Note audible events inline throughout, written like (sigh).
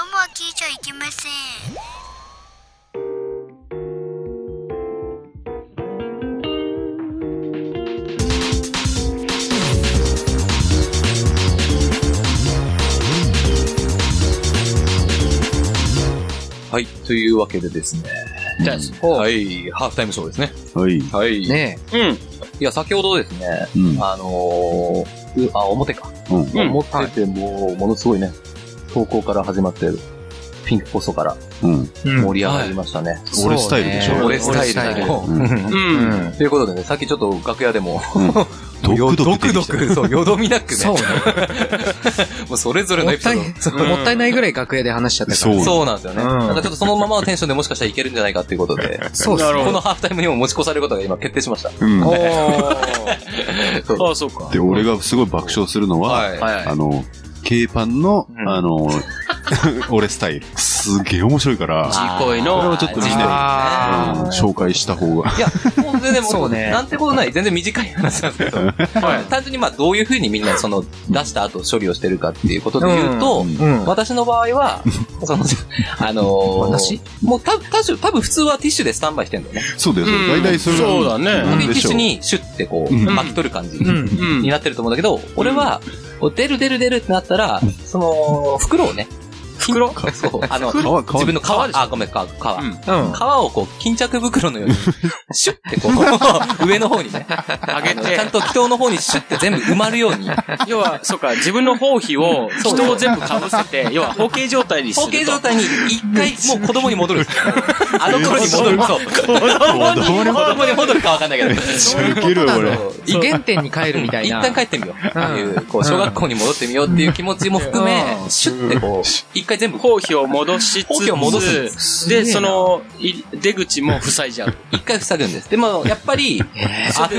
ゃいけませんはい。というわけでですね。 Yes. はい。ハーフタイムショーですね。はい。はい。ね。ねえ。うん。いや、先ほどですね、うん。あのー、うあ、表か。うん持持ってて、もう、ものすごいね、投稿から始まって、ピンクこそからうん。盛り上がりましたね。そうね俺スタイルでしょ俺スタイルだ俺スタイよ。うんうん。ということでね、さっきちょっと楽屋でも、ドクドク出てドきたよク、そう、よどみなくね。そうね。 (laughs) もうそれぞれものっエピソたい、ーそうもったいないぐらい楽屋で話しちゃったからそド。うそうなんですよね。うんなんかちょっとそのままのテンションでもしかしたらいけるんじゃないかっていうことで、そうですね。このハーフタイムにも持ち越されることが今決定しました。うん。おそうああ、そうかで、俺がすごい爆笑するのは、い。はい。あの、K パンの、うんあの、俺スタイル。すげえ面白いから、あー恋これをちょっとみんあなーにうん紹介した方が。いや、もう全然もそうねなんてことない。全然短い話なんですけど。単純にまあ、どういうふうにみんなその、出した後処理をしてるかっていうことで言うと、うんうん。私の場合は、その、あのー私もうた、たし多分普通はティッシュでスタンバイしてんだよね。そうだよ、そうだよ大体それそうだねでなんティッでしシょュう。にシュッてこう、うん巻き取る感じうん。になってると思うんだけど、俺は、こう出る出る出るってなったら、その、袋をね。袋そう、あの、川、川自分の皮、あ、ごめん、皮、皮。うん。皮をこう、巾着袋のように、シュッてこう、 (laughs) 上の方にね、あげちてゃ、んと祈祷の方にシュッて全部埋まるように、要は、そうか、自分の包皮を、そう人を全部被せて、要は、包茎状態にする後と。継状態に一回もう子供に戻るんですよ。あの頃に戻る。そう。子供に子供に戻るかわかんないけど。そうウケるよ、俺。一回原点に帰るみたい一な。旦帰ってみよう。ああいう、こう、小学校に戻ってみようっていう気持ちも含めう、んシュッてこう、一回全部、包皮を戻しつ包皮を戻つ、で、その、い出口も塞いじゃう。一回塞ぐんです。でも、やっぱり、溢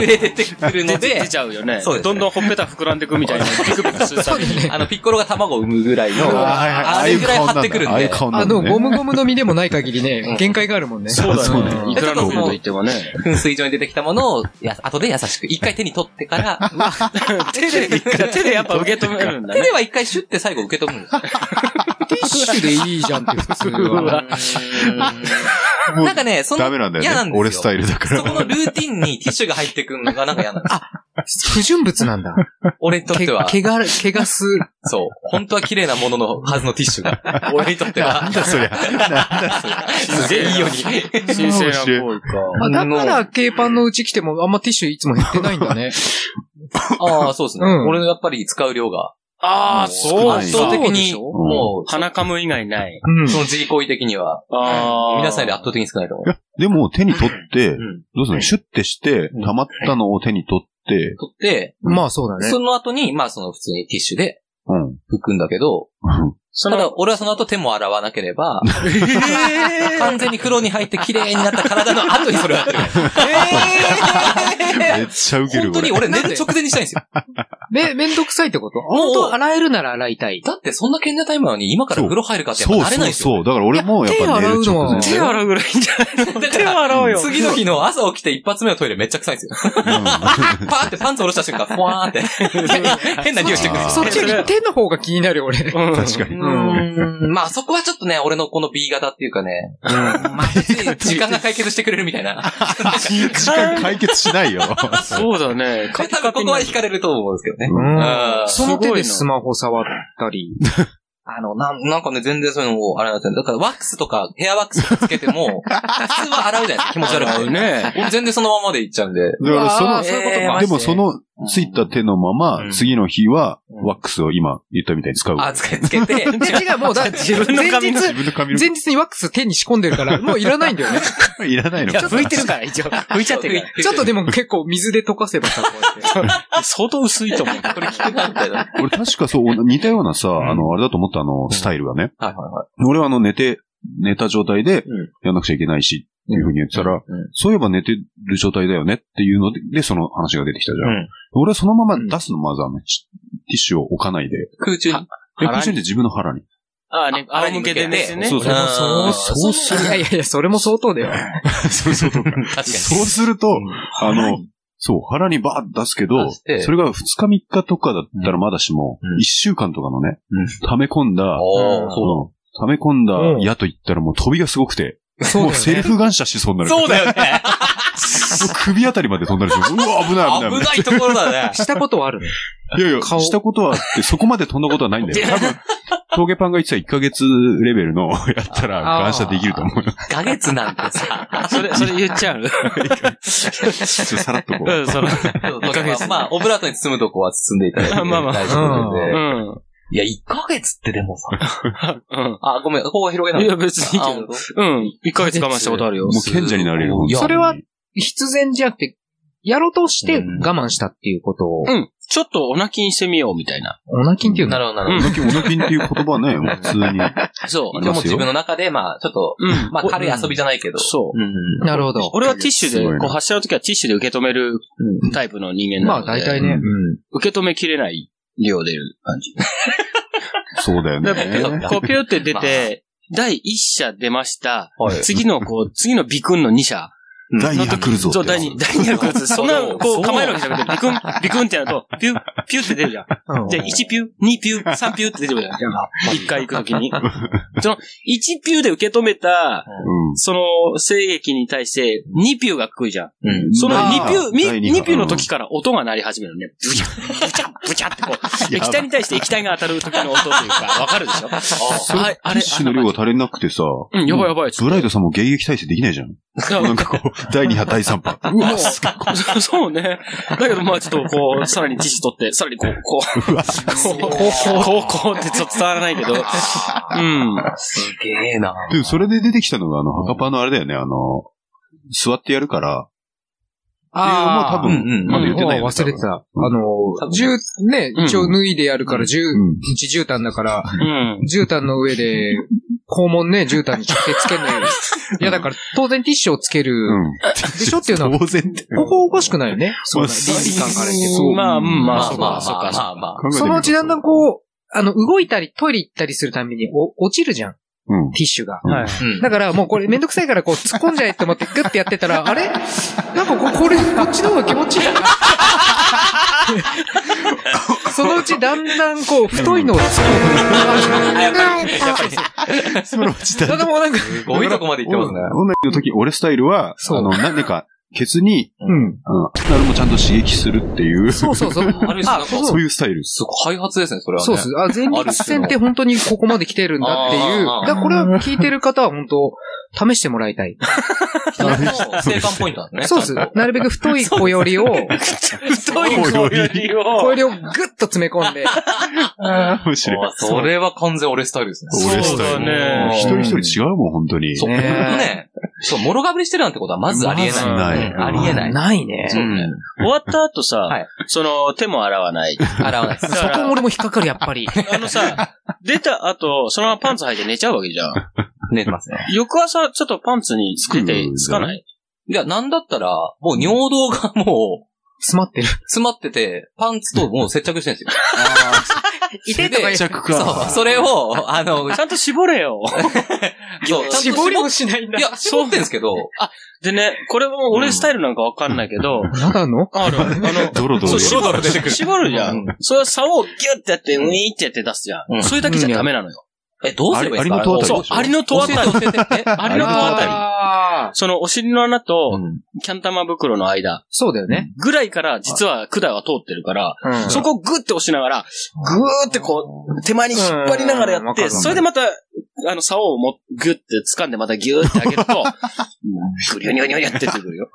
れ出てくるの (laughs) で、出で出、ちゃうよね。そうですねどんどんほっぺた膨らんでくみたいな。ビクビクす (laughs) るたびに。あの、ピッコロが卵を産むぐらいの、はいはいあれぐらい張ってくるんああいうで、顔なあ、んでだもね。ゴムゴムの実でもない限りね、限界があるもんね。そうそうだだね。ねいくらのこと言ってもね。 (laughs) 噴水上に出てきたものを、や (laughs) 後で優しく、一回手に取って (laughs) から、手で、手でやっぱ受け止めるんだ手 (laughs) ね。では一回シュッて最後受け止むんです。ティッシュでいいじゃんって普通は。もうなんかね、その、ダメなんだ嫌なよんで。すねよ俺スタイルだかそこのら。ルーティンにティッシュが入ってくるのがなんか嫌なんです。不純物なんだ。俺にとっけ、ては、けが、けが (laughs) す。そう、本当は綺麗なもののはずのティッシュ (laughs) が、俺にとっては、そりゃ。すげえいいように。神聖な行為か。あ、だから、軽パンのうち来ても、あんまティッシュいつも減ってないんだね。ああ、そうですね。うん俺のやっぱり使う量が、ああ、そなうい圧倒的に、そうでしょもう、鼻かむ以外ない。 (laughs) うん。その自行為的には、ああ。皆さんより圧倒的に少ないと思いや、でも手に取って、う。うん。どうするのシュッてして、溜まったのを手に取って、取って、まあそうだねそ。の後に、まあその普通にティッシュでうん。拭くんだけど、そたの、だ俺はその後手も洗わなければ、完全に風呂に入って綺麗になった体の後にそれをやって (laughs) る。めっちゃウケる本当に俺。俺寝る直前にしたいんですよ。め、めんどくさいってこともう本当洗えるなら洗いたい。だってそんな賢者タイムなのに今から風呂入るかってやっそうぱ慣れなそいうですよ。そう。だから俺もやっぱ寝る直前手手洗洗うぐらいじゃないだか手ら洗おうよ。次の日の朝起きて一発目のトイレめっちゃ臭いん (laughs) ですよ。パーってパンツ下ろした瞬間、ふわー (laughs) って。変な匂いしてくるんですそよっちより手の方が気になるよ、俺。うん確かう (laughs) に。ーん。まあそこはちょっとね、俺のこの B 型っていうかね、まあ (laughs) 時間が解決してくれるみたいな。時間解決し (laughs) ないよ。そうだね。多分ここは惹かれると思うんですけどね。うんう。んその手でスマホ触ったり。あの、なん、なんかね、全然そういうのも、あれなんですよ。だから、ワックスとか、ヘアワックスとかつけても、普通は洗うじゃないですか、気持ち悪くて。ね。俺全然そのままでいっちゃうんで。だからそのあー、そういうことか。でもその、ついた手のまうまん、次の日は、ワックスを今言ったみたいに使う。あ、つけ、つけて。で違う、もうだ、前分の髪の日自、分の髪の前日にワックス手に仕込んでる (laughs) から、もういらないんだよね。毛いらないのか。拭いてるから、一応。拭いちゃってるかちょっとでも結構水で溶かせばさ、こ (laughs) うやって。ら。相当薄いと思う。これ聞くな、みたいな。はい俺確かそう、 (laughs) 似たようなさ、あの、あれだと思ったあの、スタイルがね。はいは俺はあの、寝て、寝た状態でうん、やんなくちゃいけないし、っていうふうに言ってたら、そういえば寝てる状態だよねっていうので、でその話が出てきたじゃん。うん俺はそのまま出すの、まずあの、ちティッシュを置かないで。い。空中に。え、腹にこっちで自分の腹に。 (laughs) ああね、仰向けで寝てね。そうそうあーそうそうするいやいやいや、それも相当だよ。そうそうそう。確かに。そうすると、あの、そう、腹にバーッ出すけど出して、それが2日3日とかだったらまだしも、うん1週間とかのねうん、溜め込んだ、おーそ溜め込んだうん矢と言ったらもう飛びがすごくて、そうもうセルフガン射しそうになる。そうだよね。もう首あたりまで飛んだりして、うわ、危ない危な危い危ない。ないところだ (laughs) ね。したことはあるね。いやいや、顔したことはあって、そこまで飛んだことはないんだよ。多分、峠パンが言ってた1ヶ月レベルのやったら、あーガン射できると思うよ。 1ヶ月なんてさ。それ、それ言っちゃうちょっとさらっとこうう。ん、その、 1ヶ月。まあ、オブラートに包むとこは包んでいただいて。まあまあ大丈夫うなんで。ん。いや、1ヶ月ってでもさ。うあ、ごめん、ここは広げん。ないい。や、別にいいあけ本ど。当うん。1ヶ月我慢したことあるよ。もう賢者になれる。いやそれは、必然じゃなくて、やろうとして我慢したっていうことを、うん。ちょっとおなきにしてみよう、みたいな。おなきんっていうなるのほど、なおるなき、おなきんっていう言葉はね、もう普通に。そほど。うでも自分の中で、まあ、ちょっと、う。うん。まあ、軽い遊びじゃないけど。。そううん。なるほど。俺はティッシュすごいで、なこう発射の時はティッシュで受け止めるタイプの人間まなあので。大体ね。受け止めきれない量出る感じ。そうだよで、ね。こうピューって出て、第1射出ました。はい次の、こう、次のビクンの2射。第2波来るぞ。そう、第2、第2の靴。そんな、こそうう、構えるわけじゃなくて、ビクン、ビクンってやると、ピュッ、ピュッって出るじゃん。うんじゃあ、1ピュ、2ピュ、3ピュって出てくるじゃん。1回行くときに。 (laughs) その、1ピュで受け止めた、うん。その、精液に対して、2ピュが来るじゃん。うん。そのまあ2ピュ、第み二波2ピュの時から音が鳴り始めるのね。ブチャ、ブチャ、ブチャってこう。液体に対して液体が当たる時の音というか、わかるでしょそれあれ、あティれッ、シュの量が足りなくてさ、うん、やばいやばいっつって。ブライドさんも迎撃体制できないじゃん。なんかこう、第2波、第3波。うわ、すっごそうね。だけど、まあちょっとこう、さらに知識取って、さらにこう、こう、い。うわ、こう、こう、こうってちょっと伝わらないけど、うん。すげえな。でもそれで出てきたのが、あの、ハカパーのあれだよね、あの、座ってやるから、あっていうのうんも多分、うんまだ言ってないよね。忘れてた。うんあの、銃、ね、うん一応脱いでやるから、銃、んうち絨毯だから、うん。絨毯の上で、肛門ね、絨毯に直接つけんの (laughs) よ。いや、だから、当然ティッシュをつけ多分。る。うん。でしょっていうのは、当然だこよ。こおかしくないよね。そうまあな、倫理観から言ってもそうまあ、うん、まあ、まそあうまあまか、あそうか、まあそまあ。考えてみるとそのうちだんだんこう、あの、動いたり、トイレ行ったりするために、お、落ちるじゃん、テうん。ィッシュが。うか。はうい。んだから、もうこれめんどくさいから、こう、突っ込んじゃえって思って、グッてやってたら、あれなんかこ、これ、こっちの方が気持ちいいな。そのうちだんだん、こう、太いのを突っ込む。そのうちだだんかだらん。もうなんか、すごいとこまで行ってますね。女の時、俺スタイルは、そうあの、何か、ケツに、うん。あの、アナルもちゃんと刺激するっていう、そうそうそう。ある種なんかそうそういうスタイル。すごい開発ですね、それはね。そうです。あ、前立腺って本当にここまで来てるんだっていう。あーあーだからこれは聞いてる方は本当、試してもらいたい。人の (laughs) 生還ポイントなんですね。そうです。なるべく太い小よりを、太い小よ小りよを、りをぐっと詰め込んで、面白い。あそれは完全俺スタイルですね。俺スタイそうだル。ね一人一人違うもん、本当に。そう、ねほんとね、そう、もろがぶりしてるなんてことはまずありえない。まずないうんありえない。ないね。そうね。終わった後さはい、その、手も洗わない。洗わないです。だそかこらも俺も引っかかる、やっぱり。あのさ、出た後、そのままパンツ履いて寝ちゃうわけじゃん。 (laughs) 寝てますね。翌朝、ちょっとパンツにつけて、つかないいや、なんだったら、もう尿道がもう、詰まってる。詰まってて、パンツともう接着してるんですよ。痛いとか言う着そう、それを、あの、ちゃんと絞 (laughs) れよ。そうちゃんと絞りもしないんだい。や、絞ってんですけど、でね、これも俺スタイルなんかわかんないけど、まだのある、あの、ドロドロ。そう、絞る、絞るじゃうんん。それは竿をギュッてやって、ウィーってやって出すじゃうんん。それだけじゃダメなのよ。え、どうすればいいですあかれあれの戸そうで、しょアリの戸あたり。教えて教えて。えアリの戸 (laughs) あたり。あーそのお尻の (laughs) 穴うと、んキャン玉袋の間そうだよね。ぐらいから、実は管は通ってるから、うんそこをグッて押しながら、グーってこう、手前に引っ張りながらやうんわっかるわて、かるそれでまた、あの、竿をも、グッて掴んでまたギューって上げると、ぐにょにょにょにょって出てくるよ。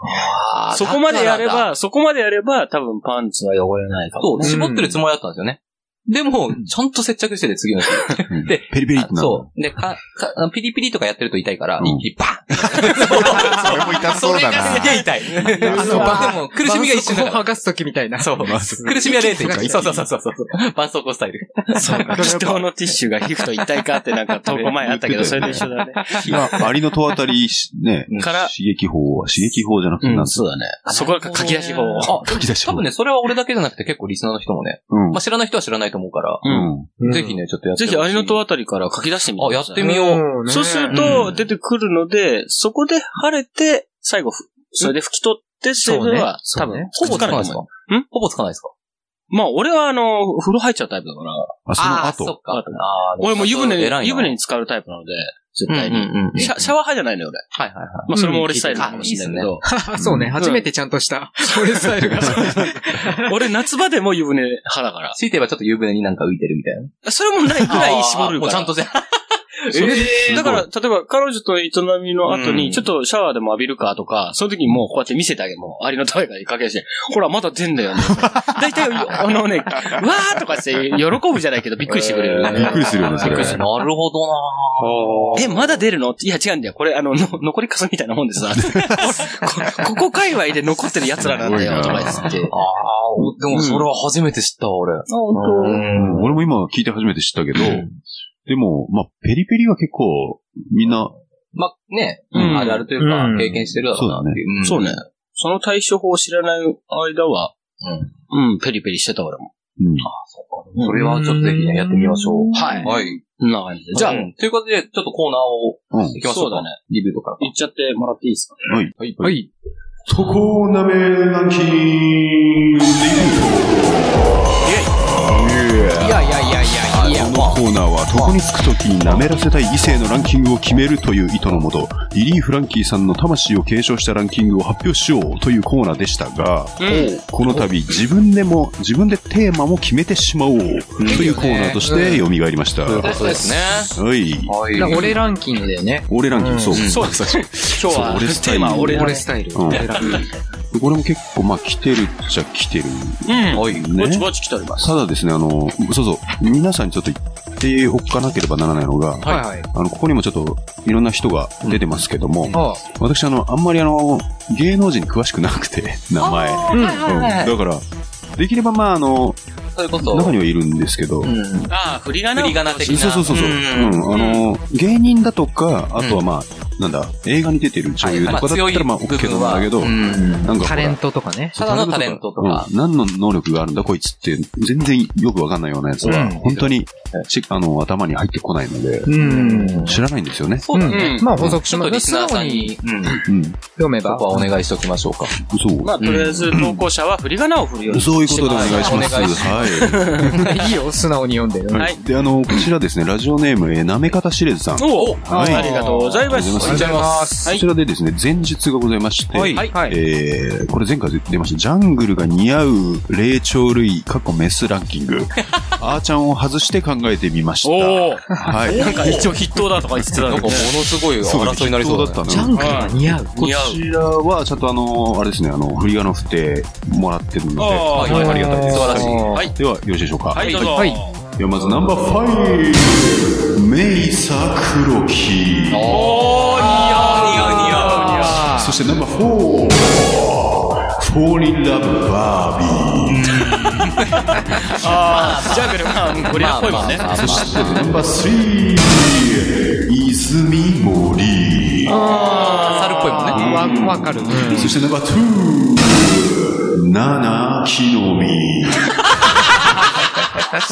あーそこまでやれだからだば、そこまでやれば、多分パンツは汚れないかも。そう、絞ってるつもりだったんですよね。でも、ちゃんと接着してて、次の (laughs) 日。うんでペリペリってなる。そう。で、か、か、あのピリピリとかやってると痛いから、うん一気にバンそれも痛そうだがすな。げえ痛い。あそうの、でも、苦しみが一瞬だバンスをか剥がすときみたいな。ら。そう。バン (laughs) ス苦しみは0.1。そそううそそううそうそうそう。絆創膏スタイル。そうか。人のティッシュが皮膚と一体化ってなんか投稿前あったけど、それと一緒だね。まあ、アリの戸あたりし、ね、から、刺激法は、刺激法じゃなくて、なんつそうだね。そこが書き出し法を。あ、書き出し多法。分ね、それは俺だけじゃなくて結構リスナーの人もね、うんまあ知らない人は知らないと思うから、うん。うんぜひ。ね、ちょっとやってぜほしい。ひ、アリの戸あたりから書き出してみてください。あやってみようねそうするうと、ん出てくるので、そこで晴れて、最後ふ、それで拭き取って、水分は、そ多うね分、ほぼつかないとですか思うよんほぼつかないですかまあ、俺はあの、風呂入っちゃうタイプだから、あ、そのあーそ後。っか。あー俺もう湯船偉いなに、湯船に浸かるタイプなので、絶対うんうんに。うんうん。シャシャワー派じゃないのよ、俺。はいはいはい。まあ、それも俺スタイルかもあしれないけど、そうね、初めてちゃんとした、俺スタイルが。 (laughs) 俺夏場でも湯船派だから。ついてればちょっと湯船になんか浮いてるみたいな。それもないぐらい絞るもうから。ちゃんとじゃん。そうえだから、例えば、彼女と営みの後うんに、ちょっとシャワーでも浴びるかとか、その時にもうこうやって見せてあげる。もう、ありのたいがいいかけして、ほら、まだ出んだよね。大体、あのね、わーとかして、喜ぶじゃないけど、びっくりしてくれる。えーびっくりするよねそれびっくりするなるほどなえ、まだ出るのいや、違うんだよ。これ、あの、の残りかすみたいなもんでさ。こここ界隈で残ってる奴らなんだよ、とすごかいな言って。ああー、でもそれは初めて知ったわ、俺。本うん俺も今聞いて初めて知ったけど、でも、まあ、ペリペリは結構、みんな、まあ、ね、うんあるあるというかう、ん経験してるだろなってい当。そうね。。その対処法を知らない間は、うん、ペリペリしてた俺も。うん。うんそれはちょっとぜひね、やってみましょう。はいはい。こんな感じで。じじゃゃああ、、ということで、ちょっとコーナーをうん行きましょうか。そうだね。リビューとか。言っちゃってもらっていいですかはい。はい。そこをなめランキングいやいやいやいやいや、このコーナーは床につくときに舐めらせたい異性のランキングを決めるという意図のもとリリー・フランキーさんの魂を継承したランキングを発表しようというコーナーでしたが、うんこの度自分でも自分でテーマも決めてしまおうというコーナーとして蘇りました、ということですね。はいはいだから俺ランキングだよね。俺ランキング、そう、うんそうです。今日は、俺スタイテールマは俺だ俺ね。スタイル。うん俺ランキング。これも結構まあ来てるっちゃ来てるうん。はいぼちねぼち来ております。ただですねあのそうそう皆さんにちょっと言っておかなければならないのが、はいはい。あの、ここにもちょっと、いろんな人が出てますけども、あ私、あの、あんまりあの、芸能人に詳しくなくて、名前。うんうん。だから、できれば、まあ、あの、それこそ、中にはいるんですけど、うん。ああ、振り仮振名をり仮名的な。そうそうそうそう。うん、んあの、芸人だとか、あとはまあ、なんだ、映画に出てる女優とかだった強いら、まあ、OK 部な分んはだけど、うんなんかほら、タレントとかね。ただのタレントとか。うん何の能力があるんだこいつって、全然よくわかんないようなやつは、うん本当に、しあの、頭に入ってこないので、うん。知らないんですよね。そうだね。まあ補足ちしょっとます。リス素ナーさ直んにに、うん。そうん。読めばこ。はお願いしておきましょうか。そう。まあ、とりあえず、投稿者は振り仮名を振るように。そういうことでお願いします。はいお願いしはい (laughs) いよ、素直に読んでる。はい。で、あの、こちらですね、ラジオネーム、えーなめかたしれずさん。こおおはいありがとうございます。ありがとうございますはいち。らでですね、前述がございまして、はい。はい。えーこれ前回出ました、ジャングルが似合う霊長類、過去メスランキング、あーちゃんを外して考えてみましおた。おはい。なんか一応筆頭だとか言ってたなんのかものすごい争いになりそうだね。ねジャングルが似合う。こちらは、ちゃんとあの、あれですね、あの、振り仮名を振ってもらってるので、あーはいありがたいです。素晴らしいはい。では、よろしいでしょうか。はい、どうぞ。はいではまずナンバーファイブメイサクロキおー、似合う、似合う、似合う、似合う。そしてナンバーフォーフォーリンラブバービーああ、ジャングル、まあ、ゴリラっぽいもんね。そしてナンバースリー泉森猿っぽいもんね。わ、わかる。そしてナンバーツーナナキノ (laughs) ミ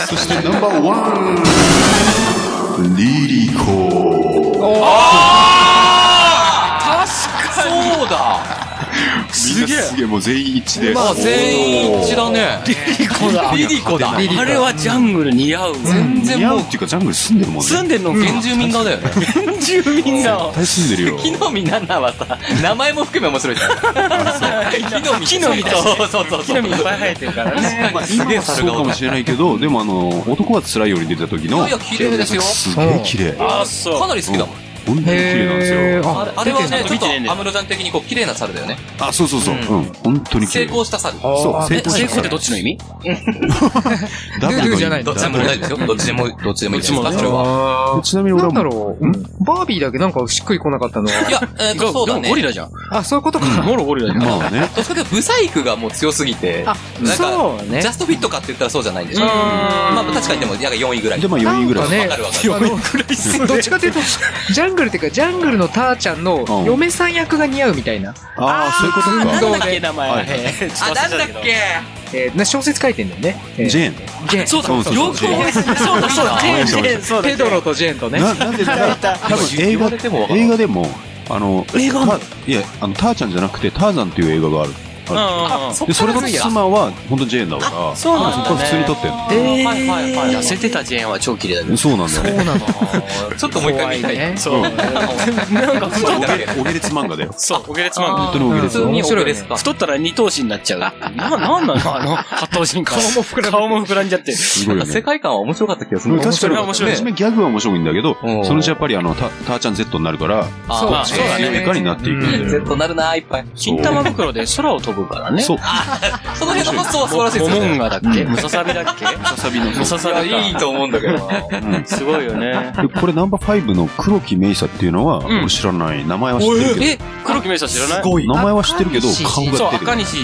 そしてナンバーワンリリコそうだすげえすげえもう全員一致であ、全員一致だね。リリコだ。リリコだ。あれはジャングル似合う。全然似合もううっ、ていうかジャングル住んでるもんね住んでんの原住民側だよね。原住民だわ。絶対住んでるよ木の実ナナはさ、名前も含め面白い (laughs) じゃん。木の実。木の実だ。そうそうそう。木の実いっぱい生えてるからね。まあすげえそ猿うがか多いもしれないけど、でもあの、男は辛いより出た時の、いやいや綺麗ですよすげえ綺麗。本あ、そう。かなり好きだもん。当に綺麗なんですよ。ーあれはね、ちょ見ってねえんと、だよアムロちゃん的にこう、綺麗な猿だよね。あ、そうそうそう。うん、本当に綺成麗。功した猿。そう、成え、功成し功ってた。どっちの意味ダブルの意ルー味じゃないどっちでも大事ですよ。どっちでも、どっちでもいいですか、どっちもねそれは。あちなみにー俺なんは、だろう。バービーだけなんかしっくりこなかったのは。いや、えっと、そうだでもゴリね。ラじゃん。あ、そういうことか。モロゴリラじゃん。まあね、どっちかというと、ブサイクがもう強すぎて、あ、なんか、そうねジャ。ストフィットかって言ったらそうじゃないんでしょ。うーんまあ、確かにでも、なんか4位ぐらい。で、まあわ4位ぐらなんい。かねかるわかる。あの (laughs) どっちかというと、ジャングルっていうか、ジャングルのターちゃんのうん嫁さん役が似合うみたいな。ああ、そういうことなか。んだっけ、名前。はいあ、なんだっけえーな小説書いてんだよね。えージェーン。ジェーン。そうだ、そうそうよく思いついた。そうだ、そうだ。ェーンジェーン、そうペドロとジェーンとね。な、なんでなら、多分映言われてもわか画、らん映画でも、あの、映画いや、あの、ターちゃんじゃなくて、ターザンっていう映画がある。うんうんうん。そで、それのいや。妻は、本当ジェーンだから、そうそなんこだ、はね。普通に撮ってんえーはいはいはい痩せてたジェーンは超綺麗だけの。ど。そうなんだ (laughs) よね。なの。ちょっともう一回見たい。ね。そう。なんか太っオたゲレオゲレツ漫画だよ。そう、オゲレツマン本当にオゲレ普ツ通漫に面白いねですか。太ったら二頭身になっちゃう。な、なんなのあの、八頭身か。顔も膨らん。顔も膨らんじゃって。すごいよね。世界観は面白かった気がすうんる。確かに、面白い初めギャグは面白いんだけどう、んそのうちやっぱりあの、タターちゃん Z になるから、あそうまあそうだね。いかになっていくんだよね Z なるなーいっぱい。金玉袋で空を飛ぶからね。そう。その辺の発想は素晴らしいでモすよモンね。ガだっけムササビだっけムササビの。ムササビいやいいか。と思うんだけどな。うんすごいよね。でこれナンバーファイブの黒木メイサっていうのは、ん俺知らない。名前は知ってるけえ、黒木メイサ知らないど。名前は知ってるけど赤、西顔が出てそう、る。赤西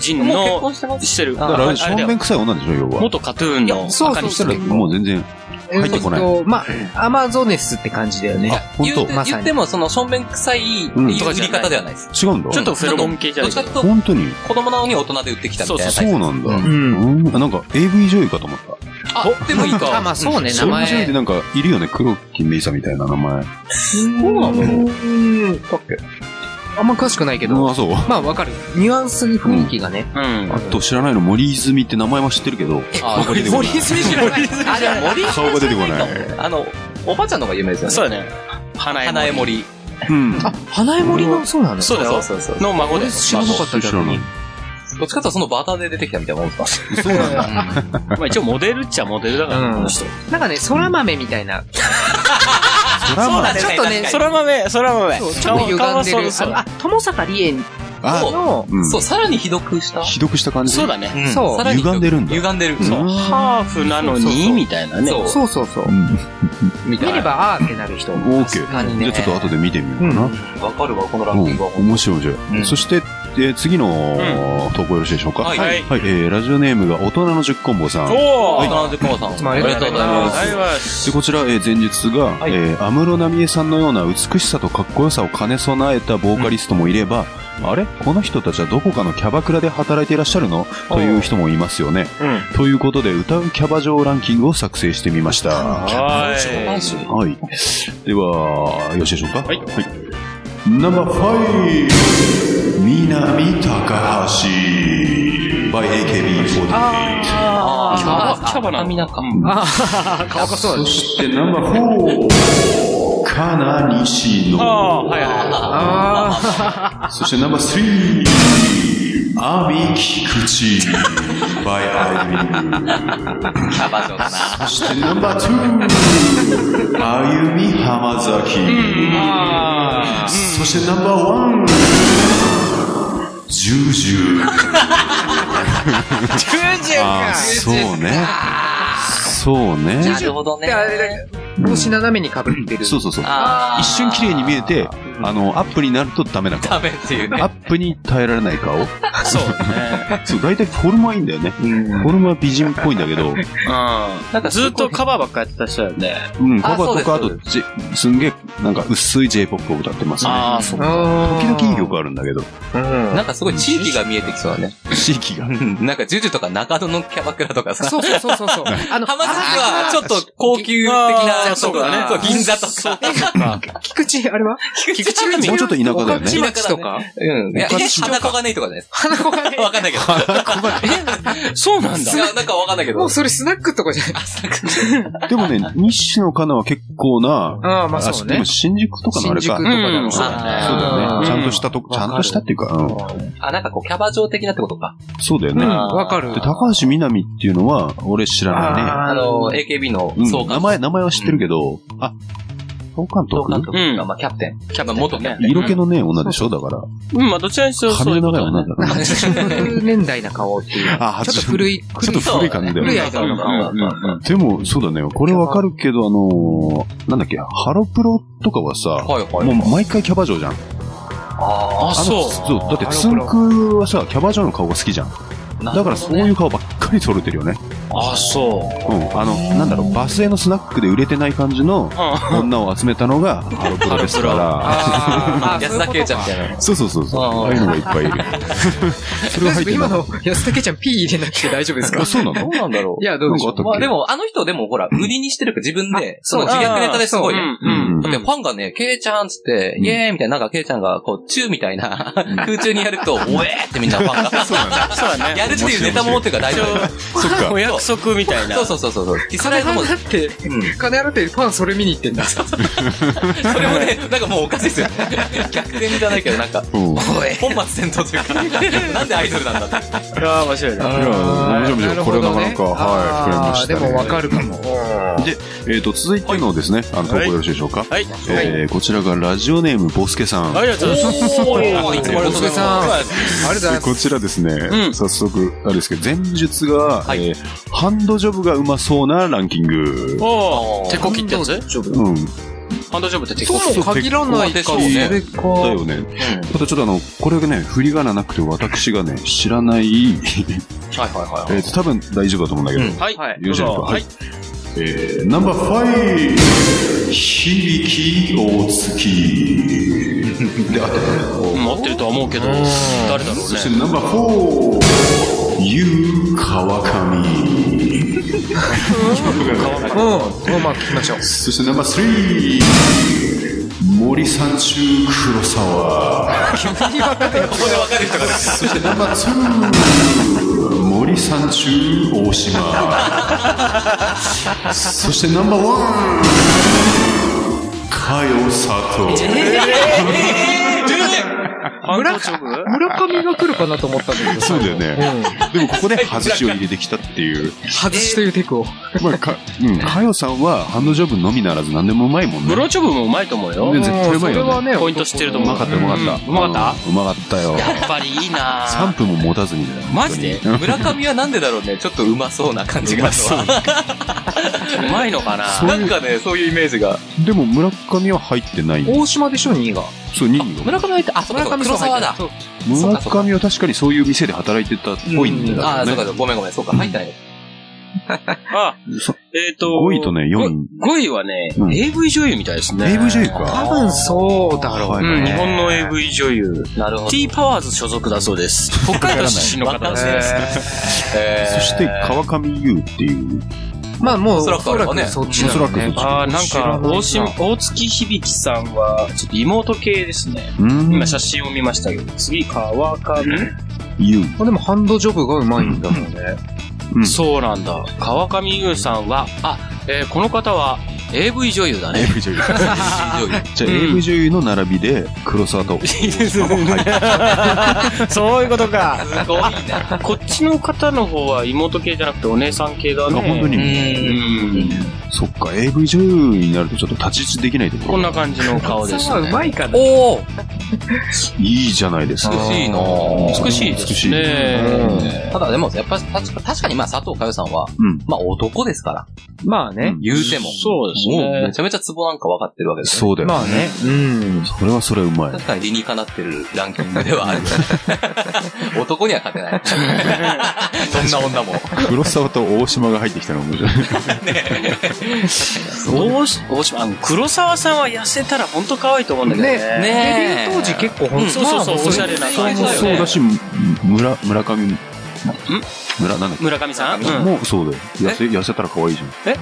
仁もう結の、婚してます。してる。だあからあれ、あれだ正よ面臭い女でしょ、要は。元カトゥーンのそう赤そうそし西たら、もう全然。入ってこないえーとまあ、アマゾネスって感じだよね。本言う当てまさに言っても、その、正面臭い売り方ではないです。違うんだ。ちょっとフェロモン系じゃどなっちいけかとどいう。と、本当に。子供なのに大人で売ってきたみたいなタそイプ。うなんだ。ううん。うん。あなんか、AV 女優かと思った。あ、でもいいあ、か。まあそうね、名 AV 女優っ前て。なんか、いるよね。黒木メイサみたいな名前。そうなのうん。あんま詳しくないけど、あ、そう。まあわかる。ニュアンスに雰囲気がね。うん。あと知らないの、森泉って名前は知ってるけど、あ顔が出てこない。泉知らない。あ、でも森顔が出てこない。あの、おばちゃんの方が有名ですよね。そうだね。花江花江森。森。うん。あ、花江森の、そうなのそうだよ。そうそうそう。の孫だよ。知らなかった知らない。どっちかというとそのバターで出てきたみたいなもんですかそうなんだ。まあ一応モデルっちゃモデルだから、うんこの人。なんかね、空豆みたいな。ドラマ。ちょっとね、空豆、空豆。そうちょっと顔歪はんでる。そうあのあ、友坂理恵あ、の、うん。そう、さらにひどくした。ひどくした感じ。そうだね。んそうさらにひどく歪んでるんだ歪んでる。うん。ハーフなのそうそうそに、うみたいなね。そうそうそうそう。見見れば、あーってなる人。オーケー。確かにじゃあね。ちょっと後で見てみようかな。わかるわ、このランうキンんグは。、面白いじゃん、うんそして、えー次の、投稿よろしいでしょうかはいはいはい、えーラジオネームが大人の10コンボさん。で、おはーい、70分さん。まあありがとうございますありがとうございますこちら、えー前述が、いえー安室奈美恵さんのような美しさとかっこよさを兼ね備えたボーカリストもいれば、あれこの人たちはどこかのキャバクラで働いていらっしゃるのという人もいますよね。ということで、歌うキャバ嬢ランキングを作成してみました。はい。はい。では、よろしいでしょうかはいナンバーファイブ南高橋 by AKB48 あーキャバキャバなのみなか。あー、顔がそうそ (laughs) だね。してナンバーフォーかなにしああ、のはいはいはい。あーそしてナンバースリー阿部菊池 by アイビキャバ嬢かな。そしてナンバーツーあゆみ浜崎あそしてナンバーワン、ジュージュー。あ、90ああ、そうね。そうねな。るほどであれだね。帽子斜めにかぶってる。そうそうそう。あー一瞬綺麗に見えて、あの、アップになるとダメな顔。ダメっていうね。アップに耐えられない顔。そうね。そう、大体フォルムはいいんだよね。フォルムは美人っぽいんだけど、うん。ずっとカバーばっかやってた人だよね。うん、カバーとか、ああそとう、じすんげえ、なんか薄い J-POP を歌ってますね。ああ、そう。あ時ー。々いい曲あるんだけど、なんかすごい地域が見えてきそうだね。地域が。なんか、ジュジュとか中野のキャバクラとかさ。そうそうそうそうそう。 (laughs) あの、浜崎は、ちょっと高級的あーな、そうだねそう銀座とか。菊池、あれは菊池亜美もうちょっと田舎だよねち。町とかうん。いや、えお菓子とか花子がねえとかじゃないです花子 (laughs) がねか。わかんないけど。そうなんだい。や、なんかわかんないけもどう。それスナックとかじゃない。でもね、西野カナは結構な、ああ、まあそうでねも。新宿とかのあれ新か宿。とかだうろんうそうだねそうだようんね。ちゃんとしたとこ、ちゃんとしたっていうか、うんあ、なんかこう、キャバ嬢的なってことか。そうだよね。うん、で、わかる。高橋みなみっていうのは、俺知らないね。ああの、の、 AKB のうん総監名前、名前は知ってるけど、あ、総監東監督督っていうか、まあ、キャプテン。キャプテン。元キャプテン。色気のね、女でしょだから。うん、まあどちらにしろそう髪いうのこ長いとだ女ね。だから。 80年代な顔っていう。あちょっと古い、ちょっと古い感じだよ古いアね。イドルの顔。うんうんうんでも、そうだね。これわかるけど、あのー、なんだっけ、ハロプロとかはさ、はいはい。もう毎回キャバ嬢じゃん。ああ、そう。そう。だって、つんくはさ、キャバ嬢の顔が好きじゃん。あ、だからそういう顔ばっかり撮れてるよね。あ、そう。うん、あの、なんだろう、バスへのスナックで売れてない感じの女を集めたのがハロプロですから。あ (laughs) ー安田圭ちゃんみたいな。 (laughs) そうそうそうそう。あーああいうのがいっぱいいる。それは入って今なの (laughs) 安武ちゃん P 入れなくて大丈夫ですかい。あ、そうなどのうなんだろうい。や、どうでしょなんかあったっけまあでも、あの人でもほら、売りにしてるから自分で、その自虐ネタですごい。うだん、うん。ってファンがね、ケイちゃんっつって、イエーイみたいな、なんかケイちゃんが、こう、チューみたいな、空中にやると、おえーってみんなファンが。そうだね。やるっていうネタも持ってるから大丈そっかお。約束みたいな。夫。そうそうそうそう。ディス金ライドも、払って、うん金払ってファンそれ見に行ってんだ。それもね、なんかもうおかしいですよね。逆転じゃないけど、なんか、うん。本末転倒というか、なんでアイドルなんだって。うわー面白いな。いや面白い面白いなるこほれどねなかなか、はい、膨らみまあしたーでね。もわかるかも。で、えっと、続いてのですね、あの、投稿よろしいでしょうか。はい。えーこちらがラジオネームボスケさん。ありがとうございます。おーいつもありがとうございます。ありがとうございます。こちらですね、うん早速、あれですけど、前述が、いえーハンドジョブがうまそうなランキング。おー。手こきってやつうん。ハンドジョブって手こき。そうも限らないかもそうねね。れか。だよね。ただちょっとあの、これがね、振りがななくて私がね、知らない、はいは (laughs) えっと、多分大丈夫だと思うんだけうど、んはい。よろしいでしょうか。ははいい。。えー、ナンバーファイブ響き大月。で、あったかな持ってるとは思うけど、誰だろうそしてね。ナンバーフォー、ゆう川上。うん。もうまあ聞きましょう。そしてナンバースリー、森三中黒沢。そしてナンバーツー、森三中大島。そしてナンバーワン、かよさと。ハンドジョブ村上が来るかなと思ったんだけど。そうだよね。うん。でもここで外しを入れてきたっていう。外しというテクを。まあ、か、うん。かよさんはハンドジョブのみならず何でもうまいもんブね。ロチョブもうまいと思うよ。全然手そ前れよねはね、ポイント知ってるとう思まかった、うまかった。うんうまかっうんうまかったよ。たやっぱりいいな3分も持たずにだよ。マジ (laughs) でい。村上はなんでだろうね、ちょっとうまそうな感じがあるのはうまいのかなうなんかね、そういうイメージが。でも村上は入ってない。大島でしょ、2位が。そう、2位が。村上入って、あ、そうか、黒沢だ。そうそう村かそうか上は確かにそういう店で働いてたっぽいんだよね。あー、そうか、ごめんごめん、そうか、入ってない。あ、そえっと。 5位とね、4位。 5位はねう、ん AV 女優みたいですね。 AV 女優多か。分そうだろううん、日ね。本の AV 女優。なるほど。 T パワーズ所属だそうです。北海道出身の方ですね。そして、川上優っていう。まあもう、おそらくおだろうねそっちだおそろらうくそっ。ねちああ、なん知らかない、な大島、大月響さんは、ちょっと妹系ですね。うん今写真を見ましたけど、次、川上優。まあでもハンドジョブがうまいんだもんね。うんそうなんだ。川上優さんは、あ、えーこの方は AV 女優だね。 AV 女優。 (laughs) じゃあ、うん AV 女優の並びで、黒沢と。そういうことか。すごいな。こっちの方の方は妹系じゃなくてお姉さん系だね。あ本当にう (laughs) うーん。ん。そっか、AV 女優になるとちょっと立ち位置できないとここんろ。な感じの顔ですそううね。まいかな。おーいいじゃないですか。美しいな美しいで美すしい。ね。ただでも、やっぱ、確か確かにまあ、佐藤佳代さんは、うん。まあ、男ですから。まあね。言うても。そうですもう、めね。ちゃめちゃツボなんか分かってるわけですね。そうだよ。まあね。うん。それはそれはうまい。確かに理にかなってるランキングではある。男には勝てない。そんな女も。黒沢と大島が入ってきたの (laughs) 面白い。大島、大島、あの黒沢さんは痩せたら本当可愛いと思うんだけどね。ねねえデビュー当時結構う本ん当そうそうそうまあおしゃれな感じだよねそうだし、村、村上、ん村、なんだっけ村上さん、うん、もうそうだよ。痩せ、痩せたら可愛いじゃん。え